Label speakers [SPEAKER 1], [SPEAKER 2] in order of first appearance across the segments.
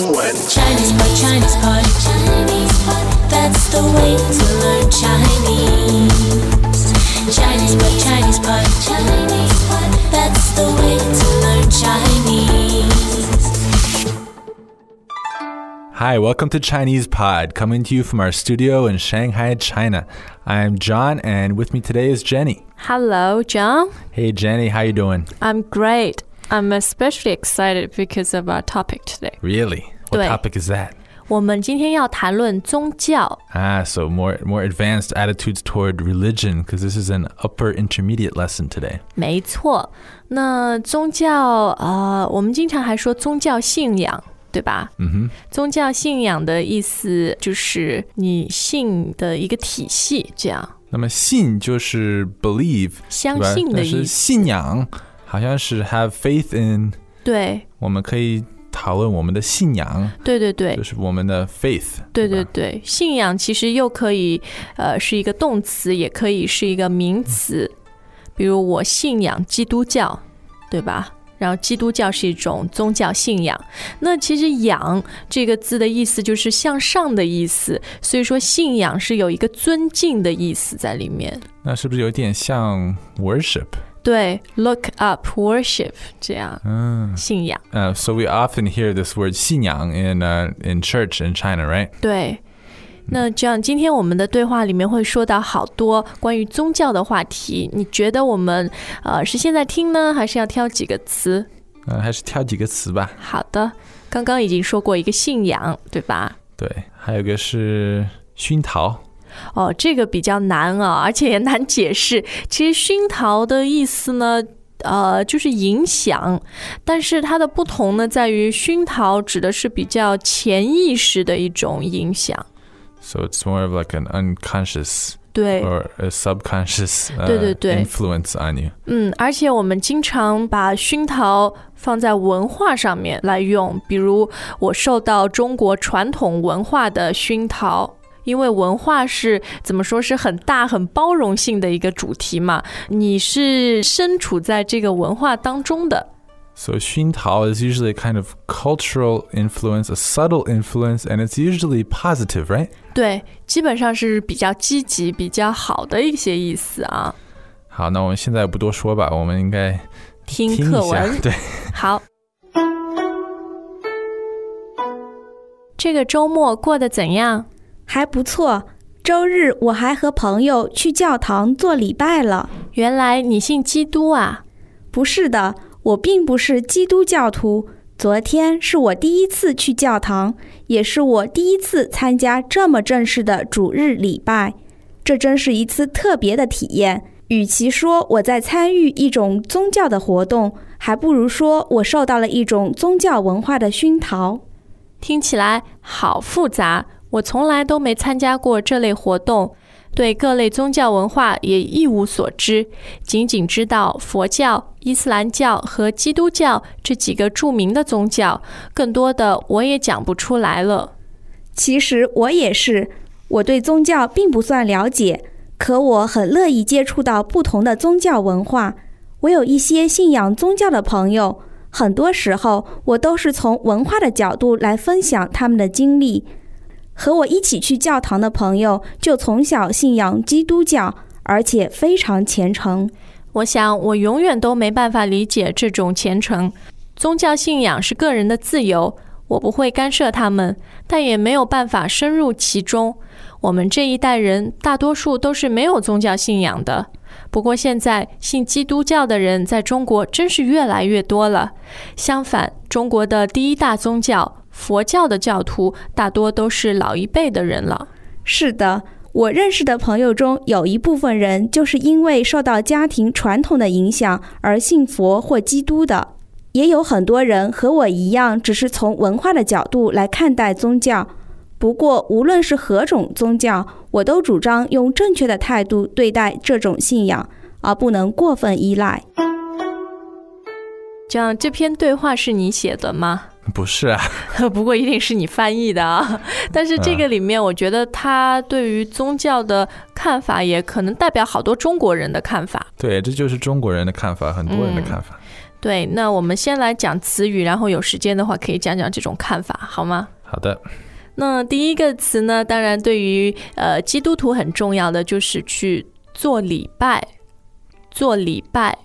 [SPEAKER 1] Chinese pot, Chinese pot, Chinese pot. That's the way to learn Chinese. Chinese pot, Chinese pot, Chinese pot. That's the way to learn Chinese.
[SPEAKER 2] Hi, welcome to Chinese Pod, coming to you from our studio in Shanghai, China. I'm John, and with me today is Jenny.
[SPEAKER 3] Hello, John.
[SPEAKER 2] Hey, Jenny, how you doing?
[SPEAKER 3] I'm great. I'm especially excited because of our topic today.
[SPEAKER 2] Really? What
[SPEAKER 3] Doing.
[SPEAKER 2] topic is that?
[SPEAKER 3] 我们今天要谈论宗教，
[SPEAKER 2] Ah, so more more advanced attitudes toward religion, because this is an upper intermediate lesson today.
[SPEAKER 3] 没错。那宗教，呃，我们经常还说宗教信仰，对吧？
[SPEAKER 2] Mm-hmm.
[SPEAKER 3] 宗教信仰的意思就是你信的一个体系，这样
[SPEAKER 2] 那么信就是 believe，
[SPEAKER 3] 相信的意思。
[SPEAKER 2] 信仰好像是 have faith in。
[SPEAKER 3] 对，
[SPEAKER 2] 我们可以讨论我们的信仰，
[SPEAKER 3] 对对对，
[SPEAKER 2] 就是我们的 faith。
[SPEAKER 3] 对对对，信仰其实又可以，呃，是一个动词，也可以是一个名词。比如我信仰基督教，对吧？然后基督教是一种宗教信仰。那其实“仰”这个字的意思就是向上的意思，所以说信仰是有一个尊敬的意思在里面。
[SPEAKER 2] 那是不是有点像 worship？
[SPEAKER 3] 对，look up worship 这样
[SPEAKER 2] 嗯，
[SPEAKER 3] 信仰。
[SPEAKER 2] Uh, so we often hear this word 信仰 in uh, in church in China, right?
[SPEAKER 3] 对，那这样，今天我们的对话里面会说到好多关于宗教的话题。你觉得我们呃是现在听呢，还是要挑几个词？
[SPEAKER 2] 呃，Uh, 还是挑几个词吧。
[SPEAKER 3] 好的，刚刚已经说过一个信仰，对吧？
[SPEAKER 2] 对，还有一个是熏陶。
[SPEAKER 3] 哦，这个比较难啊，而且也难解释。其实熏陶的意思呢，呃，就是影响，但是它的不同呢，在于熏陶指的是比较潜意识的一种影响。
[SPEAKER 2] So it's more of like an unconscious
[SPEAKER 3] 对，
[SPEAKER 2] or a subconscious uh,
[SPEAKER 3] 对，对，对。
[SPEAKER 2] influence on you.
[SPEAKER 3] 嗯，而且我们经常把熏陶放在文化上面来用，比如我受到中国传统文化的熏陶。因为文化是怎么说是很大、很包容性的一个主题嘛，你是身处在这个文化当中的，
[SPEAKER 2] So 熏陶 is usually a kind of cultural influence, a subtle influence, and it's usually positive, right?
[SPEAKER 3] 对，基本上是比较积极、比较好的一些意思啊。
[SPEAKER 2] 好，那我们现在不多说吧，我们应该
[SPEAKER 3] 听
[SPEAKER 2] 听
[SPEAKER 3] 课
[SPEAKER 2] 一下
[SPEAKER 3] 文。，
[SPEAKER 2] 对，
[SPEAKER 3] 好。这个周末过得怎样？
[SPEAKER 4] 还不错。周日我还和朋友去教堂做礼拜了。
[SPEAKER 3] 原来你信基督啊！
[SPEAKER 4] 不是的，我并不是基督教徒。昨天是我第一次去教堂，也是我第一次参加这么正式的主日礼拜，这真是一次特别的体验。与其说我在参与一种宗教的活动，还不如说我受到了一种宗教文化的熏陶。
[SPEAKER 3] 听起来好复杂，我从来都没参加过这类活动，对各类宗教文化也一无所知，仅仅知道佛教、伊斯兰教和基督教这几个著名的宗教，更多的我也讲不出来了。
[SPEAKER 4] 其实我也是，我对宗教并不算了解，可我很乐意接触到不同的宗教文化。我有一些信仰宗教的朋友，很多时候我都是从文化的角度来分享他们的经历。和我一起去教堂的朋友，就从小信仰基督教，而且非常虔诚。
[SPEAKER 3] 我想，我永远都没办法理解这种虔诚。宗教信仰是个人的自由，我不会干涉他们，但也没有办法深入其中。我们这一代人大多数都是没有宗教信仰的。不过现在信基督教的人在中国真是越来越多了。相反，中国的第一大宗教佛教的教徒大多都是老一辈的人了。
[SPEAKER 4] 是的，我认识的朋友中有一部分人就是因为受到家庭传统的影响而信佛或基督的，也有很多人和我一样，只是从文化的角度来看待宗教。不过，无论是何种宗教，我都主张用正确的态度对待这种信仰，而不能过分依赖。
[SPEAKER 3] 这样，这篇对话是你写的吗？
[SPEAKER 2] 不是啊，
[SPEAKER 3] 不过一定是你翻译的啊。但是这个里面，我觉得他对于宗教的看法，也可能代表好多中国人的看法。
[SPEAKER 2] 对，这就是中国人的看法，很多人的
[SPEAKER 3] 嗯
[SPEAKER 2] 看法。
[SPEAKER 3] 对，那我们先来讲词语，然后有时间的话可以讲讲这种看法，好吗？
[SPEAKER 2] 好的，
[SPEAKER 3] 那第一个词呢，当然对于呃基督徒很重要的就是去做礼拜，做礼拜。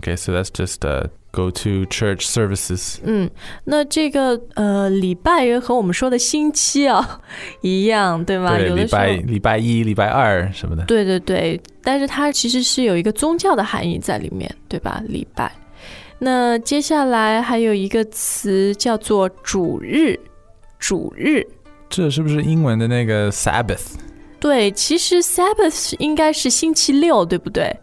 [SPEAKER 2] okay, so that's just uh, go to church services.
[SPEAKER 3] 嗯，那这个呃礼拜也和我们说的星期啊 一样，对吗？有的时候，
[SPEAKER 2] 对，礼拜礼拜一、礼拜二什么的。
[SPEAKER 3] 对对对，但是它其实是有一个宗教的含义在里面，对吧？礼拜。那接下来还有一个词叫做主日，主日。
[SPEAKER 2] 这是不是英文的那个 Sabbath
[SPEAKER 3] 对，其实 Sabbath 是应该是星期六，对不对？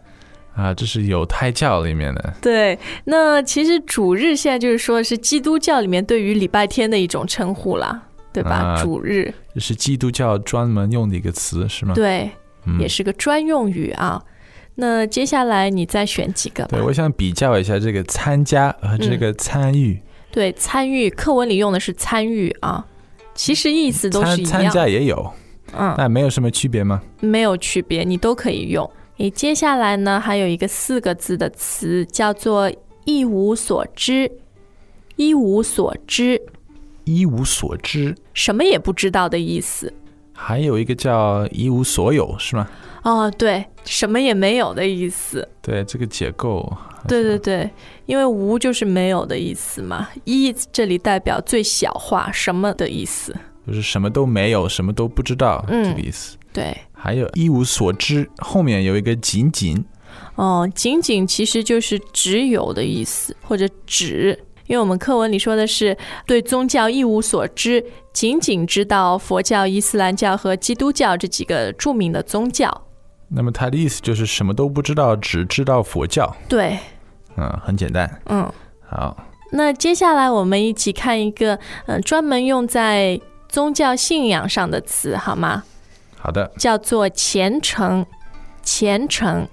[SPEAKER 2] 啊？这是犹太教里面的。
[SPEAKER 3] 对，那其实主日现在就是说是基督教里面对于礼拜天的一种称呼啦，对吧？
[SPEAKER 2] 啊
[SPEAKER 3] 主日，
[SPEAKER 2] 这是基督教专门用的一个词，是吗？
[SPEAKER 3] 对，
[SPEAKER 2] 嗯。
[SPEAKER 3] 也是个专用语啊。那接下来你再选几个吧
[SPEAKER 2] 对，。我想比较一下这个参加和这个参与，
[SPEAKER 3] 对，参与课文里用的是参与啊，其实意思都是
[SPEAKER 2] 参
[SPEAKER 3] 一
[SPEAKER 2] 参
[SPEAKER 3] 样，
[SPEAKER 2] 加也有，
[SPEAKER 3] 嗯，
[SPEAKER 2] 那没有什么区别吗？
[SPEAKER 3] 没有区别，你都可以用。你接下来呢，还有一个四个字的词叫做一无所知，一无所知，
[SPEAKER 2] 一无所知，
[SPEAKER 3] 什么也不知道的意思。
[SPEAKER 2] 还有一个叫一无所有，是吗？
[SPEAKER 3] 哦，对，什么也没有的意思。
[SPEAKER 2] 对，这个解构，
[SPEAKER 3] 对对对，因为无就是没有的意思嘛，一这里代表最小化什么的意思。
[SPEAKER 2] 就是什么都没有，什么都不知道、
[SPEAKER 3] 嗯
[SPEAKER 2] 这个意思。
[SPEAKER 3] 对，
[SPEAKER 2] 还有一无所知，后面有一个仅仅，
[SPEAKER 3] 哦，仅仅其实就是只有的意思，或者只，因为我们课文里说的是对宗教一无所知，仅仅知道佛教、伊斯兰教和基督教这几个著名的宗教。
[SPEAKER 2] 那么它的意思就是什么都不知道，只知道佛教。
[SPEAKER 3] 对，
[SPEAKER 2] 嗯，很简单。
[SPEAKER 3] 嗯，
[SPEAKER 2] 好，
[SPEAKER 3] 那接下来我们一起看一个，嗯、专门用在宗教信仰上的词，好吗？
[SPEAKER 2] 好的。
[SPEAKER 3] 叫做虔诚，虔诚。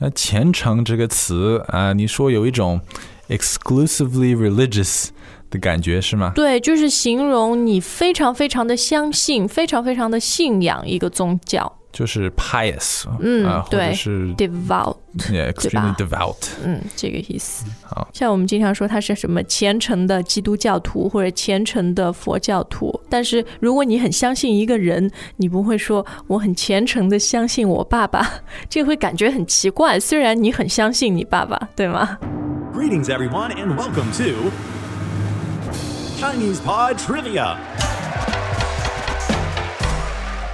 [SPEAKER 2] 那虔诚这个词啊、你说有一种 exclusively religious 的感觉是吗？
[SPEAKER 3] 对，就是形容你非常非常的相信，非常非常的信仰一个宗教
[SPEAKER 2] 就是 pious，
[SPEAKER 3] 嗯
[SPEAKER 2] 啊，或者
[SPEAKER 3] 对
[SPEAKER 2] 是
[SPEAKER 3] ，devout，
[SPEAKER 2] yeah,
[SPEAKER 3] 吧
[SPEAKER 2] extremely devout，
[SPEAKER 3] 嗯，这个意思。
[SPEAKER 2] 好，
[SPEAKER 3] 像我们经常说他是什么虔诚的基督教徒或者虔诚的佛教徒，但是如果你很相信一个人，你不会说我很虔诚的相信我爸爸， 这会感觉很奇怪。虽然你很相信你爸爸，对吗？
[SPEAKER 5] Greetings, everyone, and welcome to Chinese Pod Trivia.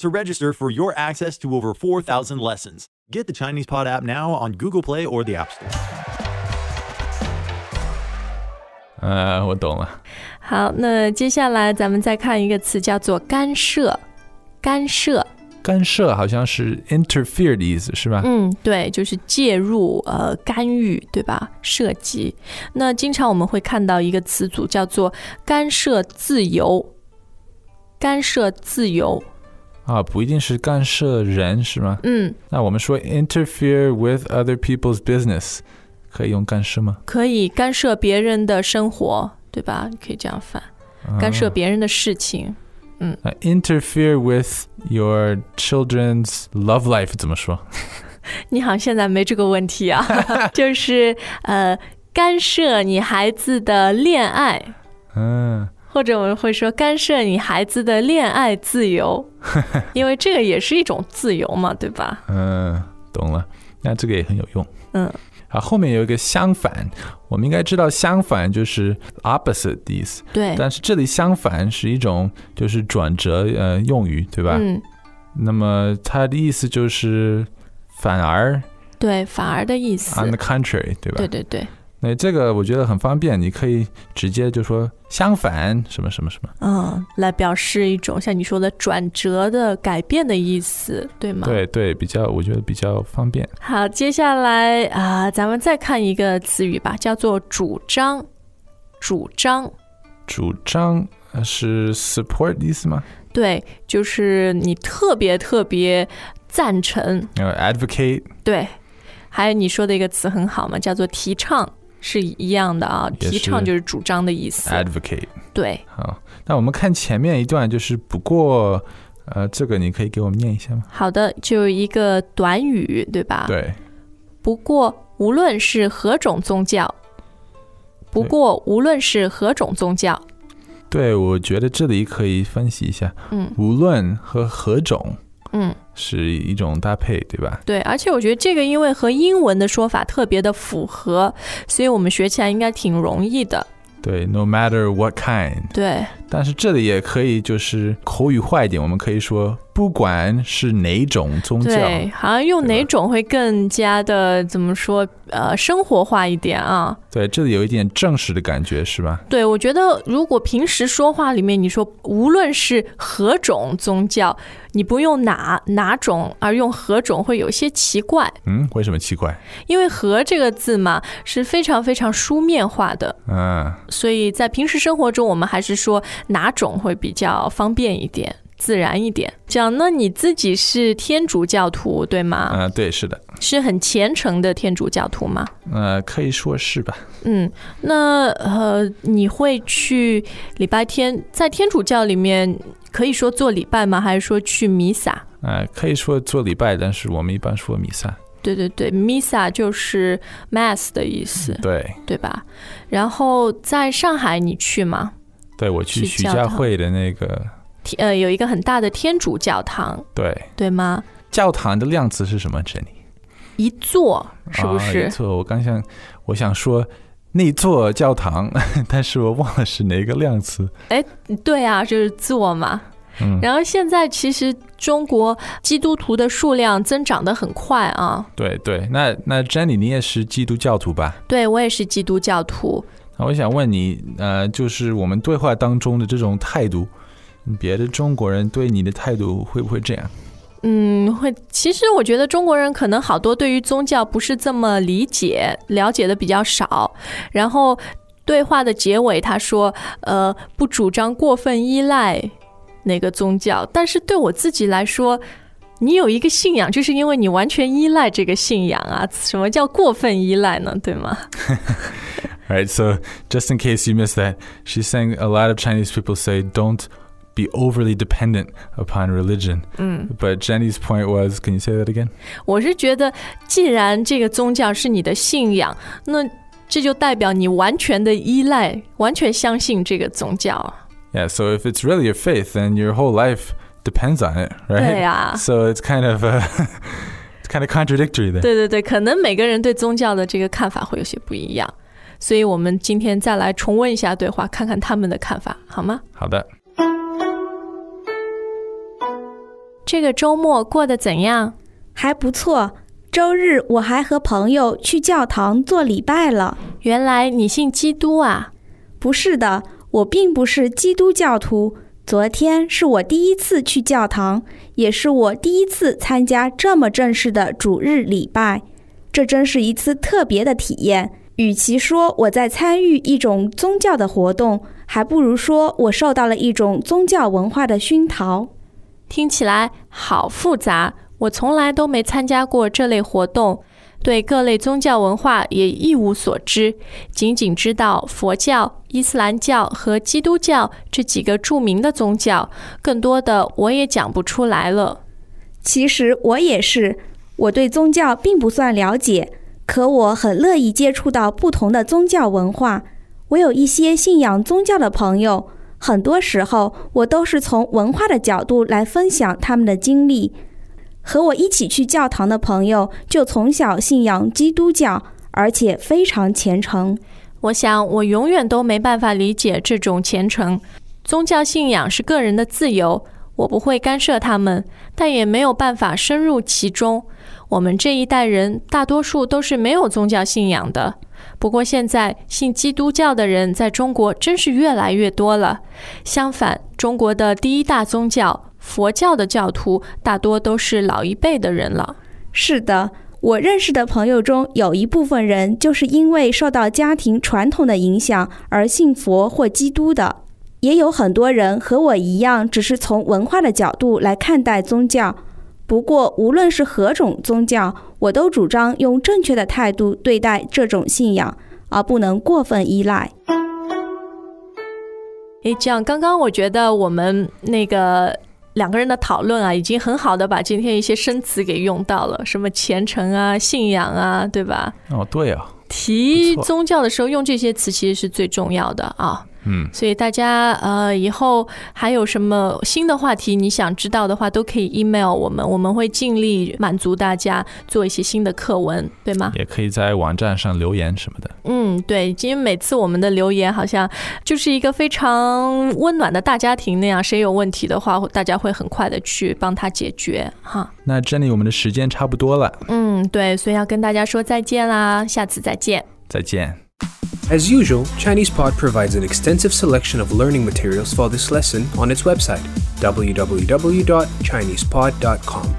[SPEAKER 5] to register for your access to over 4,000 lessons. Get the Chinese Pod app now on Google Play or the App Store.
[SPEAKER 2] 呃，我懂了，
[SPEAKER 3] 好，那接下来咱们再看一个词，叫做干涉，干涉。
[SPEAKER 2] 干涉好像是 interfere 的意思是吧？
[SPEAKER 3] 嗯，对，就是介入、呃干预，对吧？涉及。那经常我们会看到一个词组叫做“干涉自由”，干涉自由。
[SPEAKER 2] 啊，不一定是干涉人是吗？
[SPEAKER 3] 嗯，
[SPEAKER 2] 那我们说 interfere with other people's business 可以用干涉吗？
[SPEAKER 3] 可以干涉别人的生活，对吧？可以这样翻，干涉别人的事情。
[SPEAKER 2] 那 interfere with your children's love life 怎么说？
[SPEAKER 3] 你好像现在没这个问题啊， 就是呃干涉你孩子的恋爱，
[SPEAKER 2] 嗯，
[SPEAKER 3] 或者我们会说干涉你孩子的恋爱自 由，因为这个也是一种自由嘛，对吧？
[SPEAKER 2] 嗯，懂了，那这个也很有用。
[SPEAKER 3] 嗯，
[SPEAKER 2] 啊，后面有一个相反，我们应该知道相反就是 opposite 的意思，
[SPEAKER 3] 对，
[SPEAKER 2] 但是这里相反是一种就是转折呃用语，对吧？
[SPEAKER 3] 嗯，
[SPEAKER 2] 那么它的意思就是反而
[SPEAKER 3] 对，反而的意思，
[SPEAKER 2] on the contrary，对吧？
[SPEAKER 3] 对对对，
[SPEAKER 2] 那这个我觉得很方便，你可以直接就说相反什么什么什么。
[SPEAKER 3] 嗯，来表示一种像你说的转折的改变的意思，对吗？。
[SPEAKER 2] 对对，比较我觉得比较方便。
[SPEAKER 3] 好，接下来啊、咱们再看一个词语吧，叫做主张，主张。
[SPEAKER 2] 主张呃是 support 的意思吗？
[SPEAKER 3] 对，就是你特别特别赞成，
[SPEAKER 2] You know, 呃 advocate.
[SPEAKER 3] 对，还有你说的一个词很好嘛，叫做提倡，是一样的啊。
[SPEAKER 2] 也
[SPEAKER 3] 提倡
[SPEAKER 2] 是
[SPEAKER 3] 就是主张的意思。
[SPEAKER 2] Advocate.
[SPEAKER 3] 对，
[SPEAKER 2] 好，那我们看前面一段，就是不过，呃，这个你可以给我们念一下吗？
[SPEAKER 3] 好的，就是一个短语，对吧？。
[SPEAKER 2] 对，
[SPEAKER 3] 不过，无论是何种宗教，不
[SPEAKER 2] 对
[SPEAKER 3] 过无论是何种宗教，
[SPEAKER 2] 对，我觉得这里可以分析一下，
[SPEAKER 3] 嗯
[SPEAKER 2] 无论和何种
[SPEAKER 3] 嗯，
[SPEAKER 2] 是一种搭配，对吧？
[SPEAKER 3] 对。而且我觉得这个因为和英文的说法特别的符合，所以我们学起来应该挺容易的。
[SPEAKER 2] 对，no matter what kind。
[SPEAKER 3] 对，
[SPEAKER 2] 但是这里也可以就是口语化一点，我们可以说，不管是哪种宗教，
[SPEAKER 3] 对，好像用
[SPEAKER 2] 对吧
[SPEAKER 3] 哪种会更加的怎么说？呃，生活化一点啊。
[SPEAKER 2] 对，这里有一点正式的感觉，是吧？
[SPEAKER 3] 对，我觉得如果平时说话里面你说无论是何种宗教，你不用哪哪种，而用何种会有些奇怪，
[SPEAKER 2] 嗯，为什么奇怪？
[SPEAKER 3] 因为“何”这个字嘛是非常非常书面化的，
[SPEAKER 2] 嗯，
[SPEAKER 3] 所以在平时生活中我们还是说哪种会比较方便一点。自然一点讲，那你自己是天主教徒对吗？
[SPEAKER 2] 啊、对，是的，
[SPEAKER 3] 是很虔诚的天主教徒吗？
[SPEAKER 2] 呃，可以说是吧。
[SPEAKER 3] 嗯，那呃，你会去礼拜天在天主教里面可以说做礼拜吗？还是说去弥撒？
[SPEAKER 2] 呃，可以说做礼拜，但是我们一般说弥撒。
[SPEAKER 3] 对对对，弥撒就是 mass 的意思，
[SPEAKER 2] 对，
[SPEAKER 3] 对吧？然后在上海你去吗？
[SPEAKER 2] 对我去
[SPEAKER 3] 去
[SPEAKER 2] 徐
[SPEAKER 3] 教
[SPEAKER 2] 家
[SPEAKER 3] 堂
[SPEAKER 2] 汇的那个，
[SPEAKER 3] 天呃，有一个很大的天主教堂，
[SPEAKER 2] 对，
[SPEAKER 3] 对吗？
[SPEAKER 2] 教堂的量词是什么？Jenny，
[SPEAKER 3] 一座是不
[SPEAKER 2] 啊、
[SPEAKER 3] 是
[SPEAKER 2] 一？座我刚想，我想说那座教堂， 但是我忘了是哪个量词。
[SPEAKER 3] 对啊，就是座嘛。
[SPEAKER 2] 嗯，
[SPEAKER 3] 然后现在其实中国基督徒的数量增长得很快啊。
[SPEAKER 2] 对对，那那 Jenny，你也是基督教徒吧？
[SPEAKER 3] 对我也是基督教徒，
[SPEAKER 2] 那我想问你，呃，就是我们对话当中的这种态度，别的中国人对你的态度会不会这样？
[SPEAKER 3] 嗯，会。其实我觉得中国人可能好多对于宗教不是这么理解，了解的比较少。然后对话的结尾他说，呃，不主张过分依赖哪个宗教。但是对我自己来说，你有一个信仰，就是因为你完全依赖这个信仰啊。什么叫过分依赖呢？对吗？
[SPEAKER 2] All right, so just in case you missed that, she's saying a lot of Chinese people say don't be overly dependent upon religion.
[SPEAKER 3] 嗯，
[SPEAKER 2] But Jenny's point was, can you say that again?
[SPEAKER 3] 我是觉得，既然这个宗教是你的信仰，那这就代表你完全的依赖，完全相信这个宗教。啊
[SPEAKER 2] Yeah, so if it's really your faith, then your whole life depends on it,
[SPEAKER 3] 对
[SPEAKER 2] right?
[SPEAKER 3] 呀、
[SPEAKER 2] So it's kind of uh, it's kind of contradictory there.
[SPEAKER 3] 对对对，可能每个人对宗教的这个看法会有些不一样，所以我们今天再来重温一下对话，看看他们的看法，好吗？
[SPEAKER 2] 好的，
[SPEAKER 3] 这个周末过得怎样？
[SPEAKER 4] 还不错。周日我还和朋友去教堂做礼拜了。
[SPEAKER 3] 原来你信基督啊？
[SPEAKER 4] 不是的，我并不是基督教徒。昨天是我第一次去教堂，也是我第一次参加这么正式的主日礼拜，这真是一次特别的体验。与其说我在参与一种宗教的活动，还不如说我受到了一种宗教文化的熏陶。
[SPEAKER 3] 听起来好复杂，我从来都没参加过这类活动，对各类宗教文化也一无所知，仅仅知道佛教、伊斯兰教和基督教这几个著名的宗教，更多的我也讲不出来了。
[SPEAKER 4] 其实我也是，我对宗教并不算了解，可我很乐意接触到不同的宗教文化。我有一些信仰宗教的朋友，很多时候我都是从文化的角度来分享他们的经历。和我一起去教堂的朋友就从小信仰基督教，而且非常虔诚。
[SPEAKER 3] 我想，我永远都没办法理解这种虔诚。宗教信仰是个人的自由，我不会干涉他们，但也没有办法深入其中。我们这一代人大多数都是没有宗教信仰的。不过现在信基督教的人在中国真是越来越多了。相反，中国的第一大宗教佛教的教徒大多都是老一辈的人了。
[SPEAKER 4] 是的，我认识的朋友中有一部分人就是因为受到家庭传统的影响而信佛或基督的，也有很多人和我一样，只是从文化的角度来看待宗教。不过，无论是何种宗教，我都主张用正确的态度对待这种信仰，而不能过分依赖。
[SPEAKER 3] 诶，这样，刚刚我觉得我们那个两个人的讨论啊，已经很好的把今天一些生词给用到了，什么虔诚啊、信仰啊，对吧？
[SPEAKER 2] 哦，对啊，
[SPEAKER 3] 提
[SPEAKER 2] 不错
[SPEAKER 3] 宗教的时候用这些词其实是最重要的啊。
[SPEAKER 2] 嗯，
[SPEAKER 3] 所以大家呃，以后还有什么新的话题你想知道的话，都可以 email 我们，我们会尽力满足大家做一些新的课文，对吗？
[SPEAKER 2] 也可以在网站上留言什么的。
[SPEAKER 3] 嗯，对，因为每次我们的留言好像就是一个非常温暖的大家庭那样，谁有问题的话，大家会很快的去帮他解决哈。
[SPEAKER 2] 那这里我们的时间差不多了，
[SPEAKER 3] 嗯，对，所以要跟大家说再见啦，下次再见。
[SPEAKER 2] 再见。
[SPEAKER 6] As usual, ChinesePod provides an extensive selection of learning materials for this lesson on its website, www.chinesepod.com.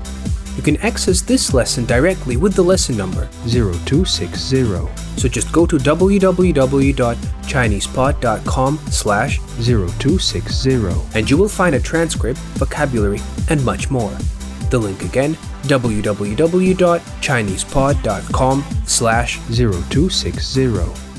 [SPEAKER 6] You can access this lesson directly with the lesson number 0260. So just go to www.chinesepod.com slash 0260 and you will find a transcript, vocabulary, and much more. The link again, www.chinesepod.com slash 0260.